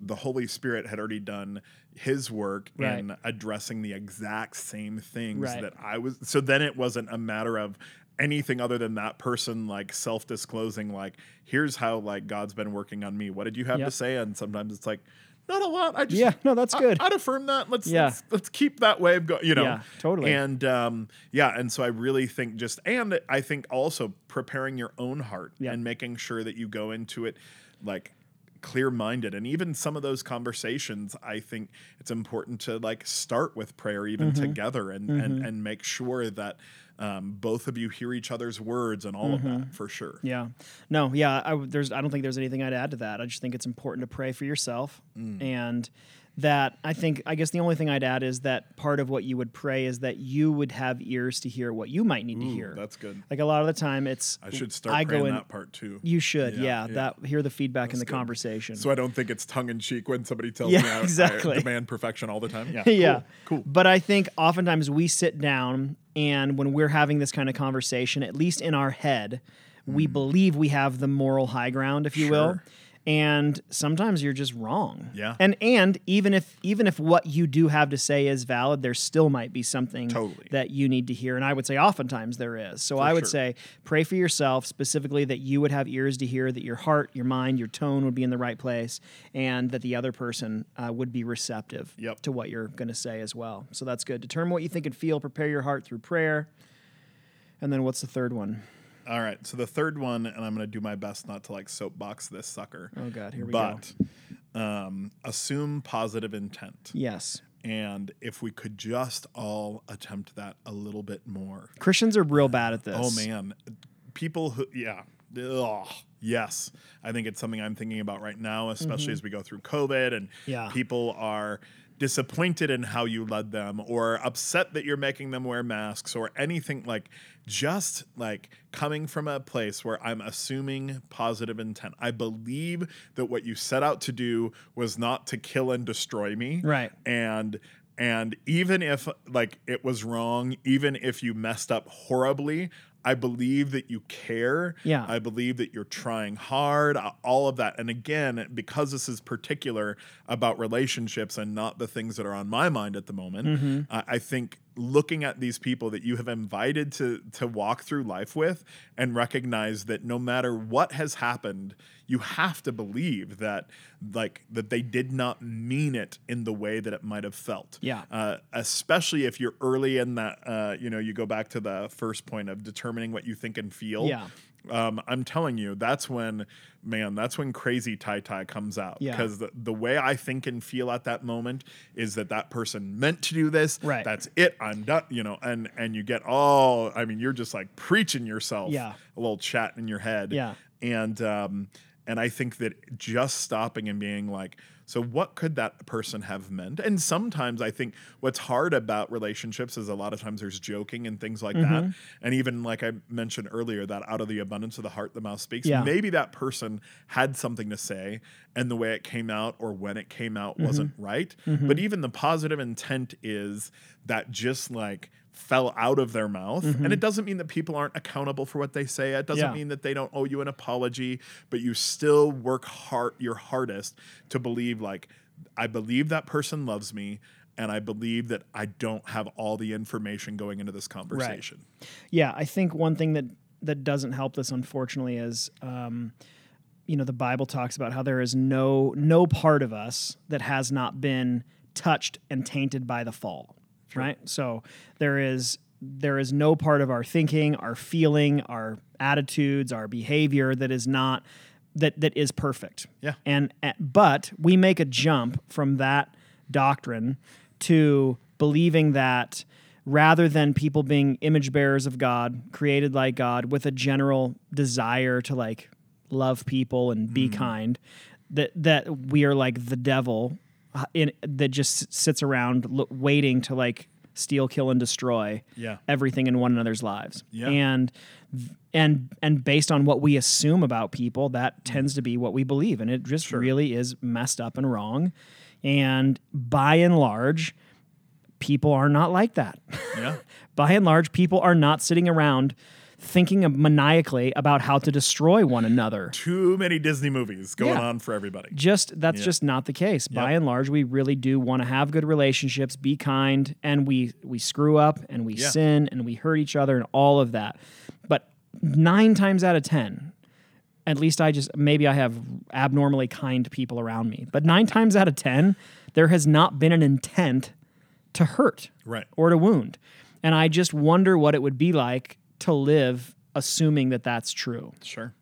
Speaker 2: the Holy Spirit had already done his work
Speaker 1: Right.
Speaker 2: in addressing the exact same things
Speaker 1: Right.
Speaker 2: that I was. So then it wasn't a matter of anything other than that person like self-disclosing like here's how like god's been working on me what did you have to
Speaker 1: Yep.
Speaker 2: say and sometimes it's like not a lot i just
Speaker 1: Yeah, no, that's
Speaker 2: I-
Speaker 1: good.
Speaker 2: I'd affirm that. Let's
Speaker 1: Yeah.
Speaker 2: let's, let's keep that wave going. You know,
Speaker 1: Yeah, totally.
Speaker 2: And um, yeah, and so I really think just and I think also preparing your own heart
Speaker 1: Yeah.
Speaker 2: and making sure that you go into it like clear-minded and even some of those conversations i think it's important to like start with prayer even
Speaker 1: Mm-hmm.
Speaker 2: together and, and and make sure that um, both of you hear each other's words and all of that for sure
Speaker 1: Mm-hmm. Yeah. No, yeah, I w- there's I don't think there's anything I'd add to that. I just think it's important to pray for yourself
Speaker 2: Mm.
Speaker 1: and that I think I guess the only thing I'd add is that part of what you would pray is that you would have ears to hear what you might need to hear.
Speaker 2: that's good
Speaker 1: Like a lot of the time it's
Speaker 2: i should start
Speaker 1: I
Speaker 2: praying
Speaker 1: go in
Speaker 2: that part too
Speaker 1: you should.
Speaker 2: Yeah,
Speaker 1: Yeah,
Speaker 2: yeah.
Speaker 1: that hear the feedback in the conversation.
Speaker 2: So I don't think it's tongue in cheek when somebody tells
Speaker 1: Yeah,
Speaker 2: me I- I,
Speaker 1: exactly.
Speaker 2: demand perfection all the time. Yeah.
Speaker 1: yeah.
Speaker 2: Cool. cool.
Speaker 1: But I think oftentimes we sit down and when we're having this kind of conversation, at least in our head, we believe we have the moral high ground, if you will.
Speaker 2: Mm. Sure.
Speaker 1: And sometimes you're just wrong.
Speaker 2: Yeah.
Speaker 1: And and even if even if what you do have to say is valid, there still might be something
Speaker 2: Totally.
Speaker 1: that you need to hear. And I would say oftentimes there is. So I would
Speaker 2: sure.
Speaker 1: say pray for yourself specifically that you would have ears to hear, that your heart, your mind, your tone would be in the right place, and that the other person uh, would be receptive
Speaker 2: Yep.
Speaker 1: to what you're going to say as well. So that's good. Determine what you think and feel. Prepare your heart through prayer. And then what's the third one?
Speaker 2: All right. So the third one, and I'm going to do my best not to like soapbox this sucker.
Speaker 1: Oh God, here we go.
Speaker 2: but um, assume positive intent.
Speaker 1: Yes,
Speaker 2: And if we could just all attempt that a little bit more.
Speaker 1: Christians are real bad at this.
Speaker 2: Oh man, people who yeah. Ugh. Yes, I think it's something I'm thinking about right now, especially as we go through COVID and
Speaker 1: Mm-hmm. Yeah.
Speaker 2: people are disappointed in how you led them or upset that you're making them wear masks or anything like just like coming from a place where I'm assuming positive intent. I believe that what you set out to do was not to kill and destroy me
Speaker 1: Right.
Speaker 2: and and even if like it was wrong even if you messed up horribly i believe that you care
Speaker 1: Yeah.
Speaker 2: i believe that you're trying hard uh, all of that and again because this is
Speaker 1: Mm-hmm.
Speaker 2: particular about relationships and not the things that are on my mind at the moment I i think looking at these people that you have invited to to walk through life with and recognize that no matter what has happened you have to believe that like that they did not mean it in the way that it might have felt
Speaker 1: Yeah.
Speaker 2: uh, especially if you're early in that uh, you know you go back to the first point of determining what you think and feel
Speaker 1: Yeah.
Speaker 2: um, I'm telling you, that's when, man, that's when crazy tie tie comes out.
Speaker 1: Yeah.
Speaker 2: Because the, the way I think and feel at that moment is that that person meant to do this.
Speaker 1: Right.
Speaker 2: That's it. I'm done. You know, and and you get all. I mean, you're just like preaching yourself.
Speaker 1: Yeah.
Speaker 2: A little chat in your head.
Speaker 1: Yeah.
Speaker 2: And um, and I think that just stopping and being like, so what could that person have meant? And sometimes I think what's hard about relationships is a lot of times there's joking and things like that. And even like I mentioned earlier, that out of the abundance of the heart, the mouth speaks.
Speaker 1: Yeah.
Speaker 2: Maybe that person had something to say and the way it came out or when it came out
Speaker 1: Mm-hmm.
Speaker 2: wasn't right. But even the positive intent is that just like fell out of their mouth. And it doesn't mean that people aren't accountable for what they say. It doesn't
Speaker 1: Mm-hmm. Yeah.
Speaker 2: mean that they don't owe you an apology, but you still work hard your hardest to believe like I believe that person loves me and I believe that I don't have all the information going into this conversation.
Speaker 1: Yeah, I think one thing that that doesn't help this, unfortunately, is um, you know the Bible talks about how there is no no part of us that has not been touched and tainted by the fall, right? So there is there is no part of our thinking, our feeling, our attitudes, our behavior that is not that that is perfect.
Speaker 2: Yeah.
Speaker 1: And uh, but we make a jump from that doctrine to believing that rather than people being image bearers of God, created like God, with a general desire to like love people and be kind, that that we are like the devil uh, in that just sits around lo- waiting to like steal, kill, and destroy
Speaker 2: Yeah.
Speaker 1: everything in one another's lives.
Speaker 2: Yeah.
Speaker 1: And and and based on what we assume about people, that tends to be what we believe. And it just really is messed up and wrong. And by and large, people are not like that.
Speaker 2: Yeah.
Speaker 1: by and large, people are not sitting around thinking maniacally about how to destroy one another.
Speaker 2: Too many Disney movies going
Speaker 1: Yeah.
Speaker 2: on for everybody.
Speaker 1: Just that's just not the case. By and large, we really do want to have good relationships, be kind, and we we screw up and we sin and we hurt each other and all of that. But 9 times out of 10, at least I just maybe I have abnormally kind people around me. But 9 times out of 10, there has not been an intent to hurt
Speaker 2: Right.
Speaker 1: or to wound. And I just wonder what it would be like to live assuming that that's true.
Speaker 2: Sure.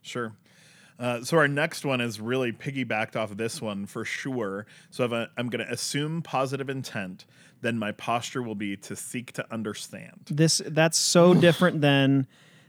Speaker 2: Sure. Uh, so our next one is really piggybacked off of this one for sure. So if I, I'm going to assume positive intent, then my posture will be to seek to understand.
Speaker 1: this that's so different than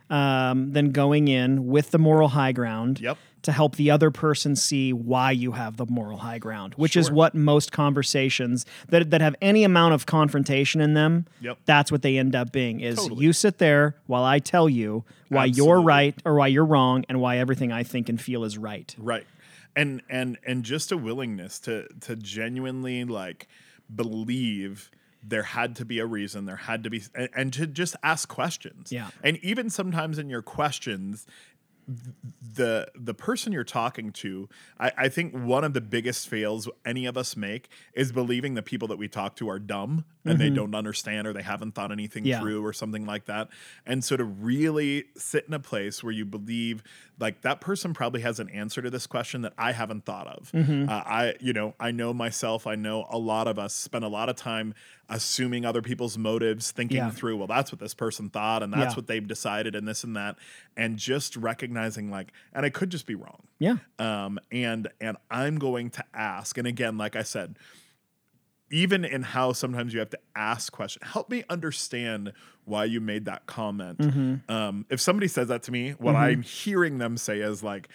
Speaker 1: um, than going in with the moral high ground
Speaker 2: Yep.
Speaker 1: to help the other person see why you have the moral high ground, which is what most conversations that that have any amount of confrontation in them.
Speaker 2: Yep.
Speaker 1: That's what they end up being is
Speaker 2: Totally.
Speaker 1: you sit there while I tell you why you're
Speaker 2: Absolutely.
Speaker 1: right or why you're wrong and why everything I think and feel is right.
Speaker 2: Right. And and and just a willingness to to genuinely like believe there had to be a reason there had to be and, and to just ask questions
Speaker 1: Yeah.
Speaker 2: and even sometimes in your questions the the person you're talking to, I, I think one of the biggest fails any of us make is believing the people that we talk to are dumb and they don't understand or they haven't thought anything
Speaker 1: Mm-hmm. Yeah.
Speaker 2: through or something like that. And so to really sit in a place where you believe like that person probably has an answer to this question that I haven't thought of.
Speaker 1: Mm-hmm.
Speaker 2: Uh, I you know I know myself. I know a lot of us spend a lot of time assuming other people's motives, thinking
Speaker 1: Yeah.
Speaker 2: through. Well, that's what this person thought, and that's
Speaker 1: Yeah.
Speaker 2: what they've decided, and this and that, and just recognizing like, and I could just be wrong.
Speaker 1: Yeah.
Speaker 2: Um, and and I'm going to ask, and again, like I said, even in how sometimes you have to ask questions, help me understand why you made that comment.
Speaker 1: Mm-hmm.
Speaker 2: Um, if somebody says that to me, what I'm hearing them say is like,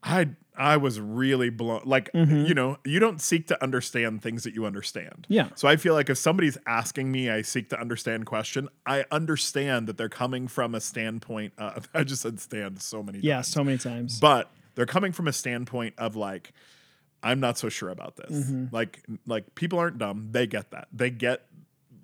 Speaker 2: I I was really blown. Like
Speaker 1: Mm-hmm.
Speaker 2: you know, you don't seek to understand things that you understand.
Speaker 1: Yeah.
Speaker 2: So I feel like if somebody's asking me, I seek to understand question. I understand that they're coming from a standpoint. Of, I just said stand so many.
Speaker 1: Yeah,
Speaker 2: times.
Speaker 1: so many times.
Speaker 2: But they're coming from a standpoint of like,
Speaker 1: Mm-hmm.
Speaker 2: I'm not so sure about this. Like, like people aren't dumb. They get that. They get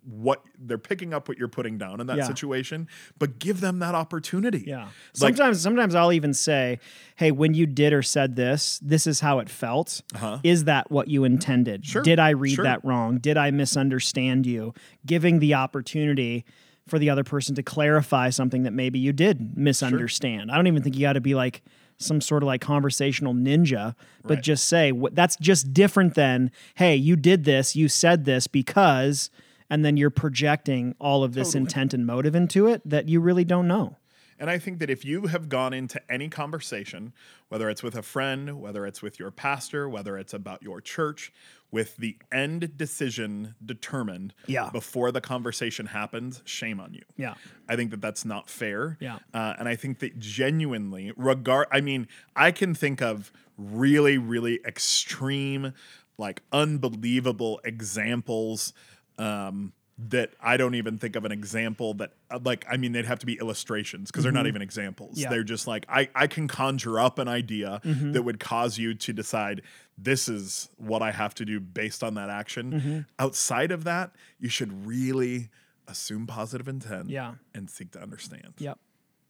Speaker 2: what they're picking up what you're putting down in that
Speaker 1: Yeah.
Speaker 2: situation, but give them that opportunity.
Speaker 1: Yeah.
Speaker 2: Like,
Speaker 1: Sometimes sometimes I'll even say, "Hey, when you did or said this, this is how it felt. Is that what you intended?
Speaker 2: Uh-huh. Sure.
Speaker 1: Did I read
Speaker 2: Sure.
Speaker 1: that wrong? Did I misunderstand you?" Giving the opportunity for the other person to clarify something that maybe you did misunderstand. I don't even think you got to be like some sort of like conversational ninja, but
Speaker 2: Right.
Speaker 1: just say what that's just different than, "Hey, you did this, you said this because" and then you're projecting all of this intent and motive into it that you really don't know.
Speaker 2: And I think that if you have gone into any conversation, whether it's with a friend, whether it's with your pastor, whether it's about your church, with the end decision determined
Speaker 1: Yeah.
Speaker 2: before the conversation happens, shame on you.
Speaker 1: Yeah.
Speaker 2: I think that that's not fair.
Speaker 1: Yeah.
Speaker 2: Uh, and I think that genuinely, regard, I mean, I can think of really, really extreme, like unbelievable examples um, that I don't even think of an example that, uh, like, I mean, they'd have to be illustrations because they're not even examples.
Speaker 1: Mm-hmm. Yeah. Mm-hmm.
Speaker 2: They're just like, I, I can conjure up an idea that would cause you to decide this is what I have to do based on that action.
Speaker 1: Mm-hmm.
Speaker 2: Outside of that, you should really assume positive intent
Speaker 1: Yeah.
Speaker 2: and seek to understand.
Speaker 1: Yep.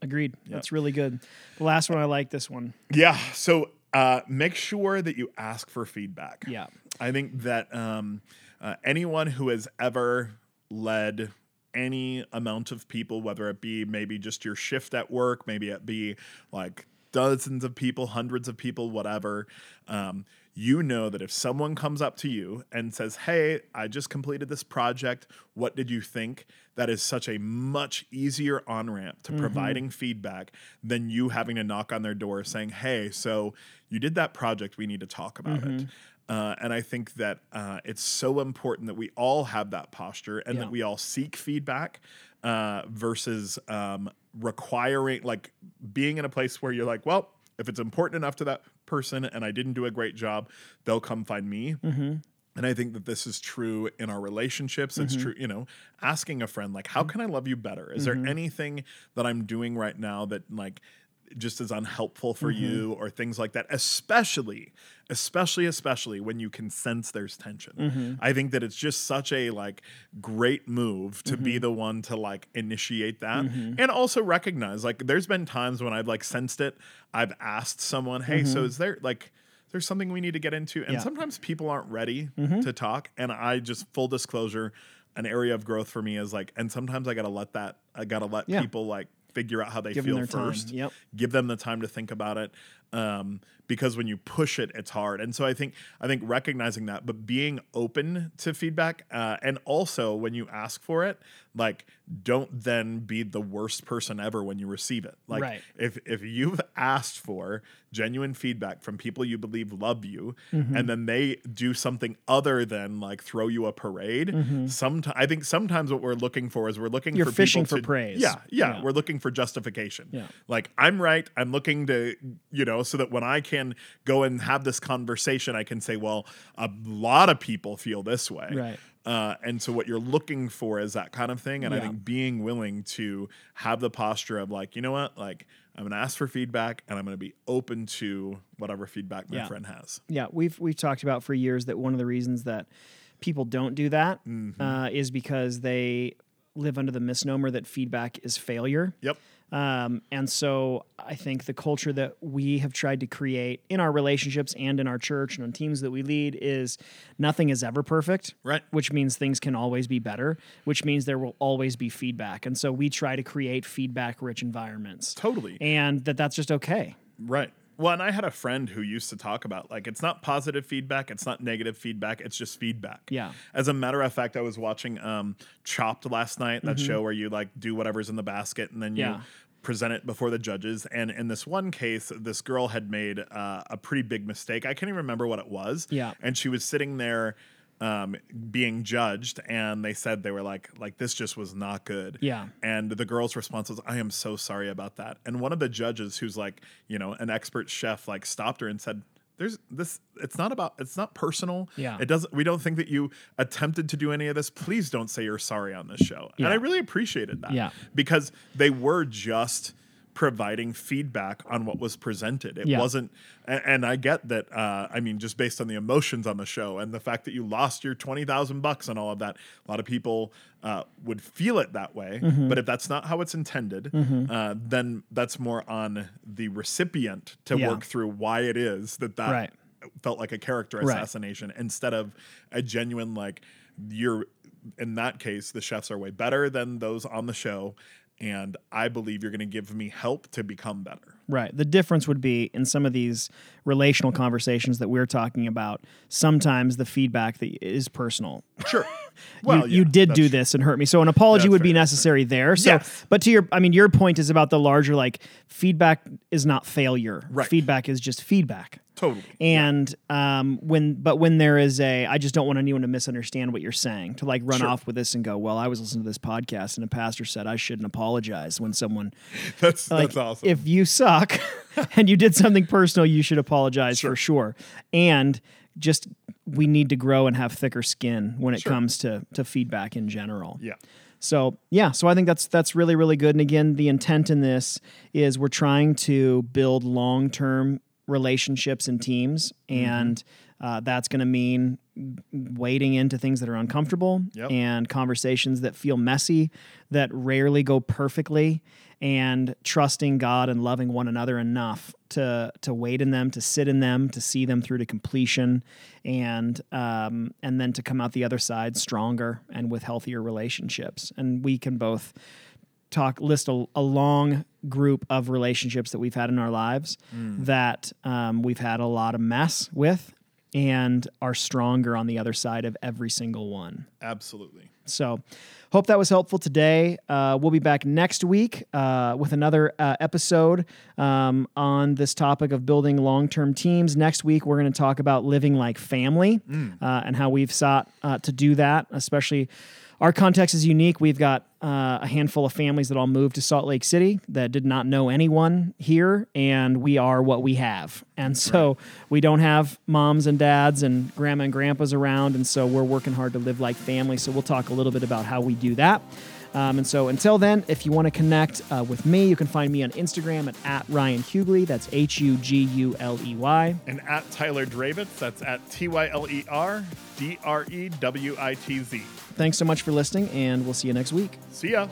Speaker 1: Agreed. That's really good. The last one I like this one.
Speaker 2: Yeah. So uh, make sure that you ask for feedback.
Speaker 1: Yeah.
Speaker 2: I think that um, uh, anyone who has ever led any amount of people, whether it be maybe just your shift at work, maybe it be like dozens of people, hundreds of people, whatever, um, you know that if someone comes up to you and says, Hey, I just completed this project. What did you think? That is such a much easier on ramp to providing feedback than you having to knock on their door saying, Hey, so you did that project. We need to talk about it. Uh, and I think that uh, it's so important that we all have that posture and
Speaker 1: Yeah.
Speaker 2: that we all seek feedback uh, versus um, requiring, like being in a place where you're like, well, if it's important enough to that person and I didn't do a great job, they'll come find me. And I think that this is true in our relationships. It's true, you know, asking a friend, like, how can I love you better? Is there anything that I'm doing right now that, like, just is unhelpful for you or things like that especially especially especially when you can sense there's tension i think that it's just such a like great move to be the one to like initiate that and also recognize like there's been times when i've like sensed it i've asked someone hey so is there like there's something we need to get into and
Speaker 1: Yeah. Mm-hmm.
Speaker 2: sometimes people aren't ready to talk and i just full disclosure an area of growth for me is like and sometimes i gotta let that i gotta let
Speaker 1: Yeah.
Speaker 2: people like figure out how they
Speaker 1: Give 'em
Speaker 2: feel
Speaker 1: their time.
Speaker 2: first
Speaker 1: Yep.
Speaker 2: give them the time to think about it um, because when you push it it's hard and so i think i think recognizing that but being open to feedback uh, and also when you ask for it like don't then be the worst person ever when you receive it like
Speaker 1: Right.
Speaker 2: if if you've asked for genuine feedback from people you believe love you
Speaker 1: Mm-hmm.
Speaker 2: and then they do something other than like throw you a parade sometimes i think sometimes what we're looking for is we're looking
Speaker 1: Mm-hmm. You're
Speaker 2: for
Speaker 1: fishing
Speaker 2: people
Speaker 1: for
Speaker 2: to-
Speaker 1: praise.
Speaker 2: yeah yeah,
Speaker 1: Yeah.
Speaker 2: we're looking for justification.
Speaker 1: Yeah.
Speaker 2: Like I'm right. I'm looking to, you know, so that when I can go and have this conversation, I can say, well, a lot of people feel this way.
Speaker 1: Right.
Speaker 2: Uh, and so what you're looking for is that kind of thing. And I
Speaker 1: Yeah.
Speaker 2: think being willing to have the posture of like, you know what, like I'm going to ask for feedback and I'm going to be open to whatever feedback my
Speaker 1: Yeah.
Speaker 2: friend has.
Speaker 1: Yeah, we've we've talked about for years that one of the reasons that people don't do that is
Speaker 2: Mm-hmm.
Speaker 1: uh, is because they live under the misnomer that feedback is failure.
Speaker 2: Yep.
Speaker 1: Um, and so I think the culture that we have tried to create in our relationships and in our church and on teams that we lead is nothing is ever perfect.
Speaker 2: Right.
Speaker 1: Which means things can always be better, which means there will always be feedback. And so we try to create feedback rich environments.
Speaker 2: Totally.
Speaker 1: And that that's just okay.
Speaker 2: Right. Well, and I had a friend who used to talk about like it's not positive feedback, it's not negative feedback, it's just feedback.
Speaker 1: Yeah.
Speaker 2: As a matter of fact, I was watching um Chopped last night, that show where you like do whatever's in the basket and then you
Speaker 1: Mm-hmm. Yeah.
Speaker 2: present it before the judges. And in this one case, this girl had made uh, a pretty big mistake. I can't even remember what it was.
Speaker 1: Yeah.
Speaker 2: And she was sitting there um being judged and they said they were like like this just was not good
Speaker 1: Yeah.
Speaker 2: and the girl's response was, I am so sorry about that. And one of the judges, who's like, you know, an expert chef, like stopped her and said, there's this it's not about it's not personal
Speaker 1: Yeah.
Speaker 2: it doesn't we don't think that you attempted to do any of this please don't say you're sorry on this show
Speaker 1: Yeah.
Speaker 2: and i really appreciated that
Speaker 1: Yeah.
Speaker 2: because they were just providing feedback on what was presented. It
Speaker 1: Yeah.
Speaker 2: wasn't, and, and I get that. Uh, I mean, just based on the emotions on the show and the fact that you lost your twenty thousand bucks and all of that, a lot of people uh, would feel it that way.
Speaker 1: Mm-hmm.
Speaker 2: But if that's not how it's intended, uh, then that's more on the recipient to
Speaker 1: Yeah.
Speaker 2: work through why it is that that
Speaker 1: Right.
Speaker 2: felt like a character
Speaker 1: Right.
Speaker 2: assassination instead of a genuine like you're in that case the chefs are way better than those on the show and i believe you're going to give me help to become better
Speaker 1: Right. The difference would be in some of these relational conversations that we're talking about, sometimes the feedback that is personal.
Speaker 2: sure
Speaker 1: you, you
Speaker 2: yeah,
Speaker 1: did
Speaker 2: that's
Speaker 1: do this and hurt me. So an apology
Speaker 2: That's
Speaker 1: would be
Speaker 2: fair,
Speaker 1: necessary there. So,
Speaker 2: Yes.
Speaker 1: but to your, I mean, your point is about the larger, like feedback is not failure.
Speaker 2: Right.
Speaker 1: Feedback is just feedback.
Speaker 2: totally
Speaker 1: And um, when, but when there is a, I just don't want anyone to misunderstand what you're saying. To like run off with this and go, well, I was listening to this podcast and a pastor said I shouldn't apologize when someone
Speaker 2: that's
Speaker 1: like,
Speaker 2: that's awesome
Speaker 1: If you suck and you did something personal, you should apologize for sure. And just we need to grow and have thicker skin when it comes to to feedback in general.
Speaker 2: yeah
Speaker 1: So yeah, so I think that's that's really really good. And again, the intent in this is we're trying to build long term relationships and teams,
Speaker 2: Mm-hmm.
Speaker 1: and uh, that's going to mean wading into things that are uncomfortable
Speaker 2: Yep.
Speaker 1: and conversations that feel messy, that rarely go perfectly, and trusting God and loving one another enough to to wait in them, to sit in them, to see them through to completion, and um, and then to come out the other side stronger and with healthier relationships. And we can both talk list a, a long group of relationships that we've had in our lives that um, we've had a lot of mess with and are stronger on the other side of every single one.
Speaker 2: absolutely
Speaker 1: So, hope that was helpful today. Uh, we'll be back next week uh, with another uh, episode um, on this topic of building long term teams. Next week, we're going to talk about living like family uh, and how we've sought uh, to do that, especially. Our context is unique. We've got uh, a handful of families that all moved to Salt Lake City that did not know anyone here, and we are what we have. And so we don't have moms and dads and grandma and grandpas around, and so we're working hard to live like family. So we'll talk a little bit about how we do that. Um, and so until then, if you want to connect uh, with me, you can find me on Instagram at, at Ryan Hughley. That's H U G U L E Y.
Speaker 2: and at tyler dravitz that's at E t-y-l-e-r-d-r-e-w-i-t-z
Speaker 1: Thanks so much for listening, and we'll see you next week.
Speaker 2: see ya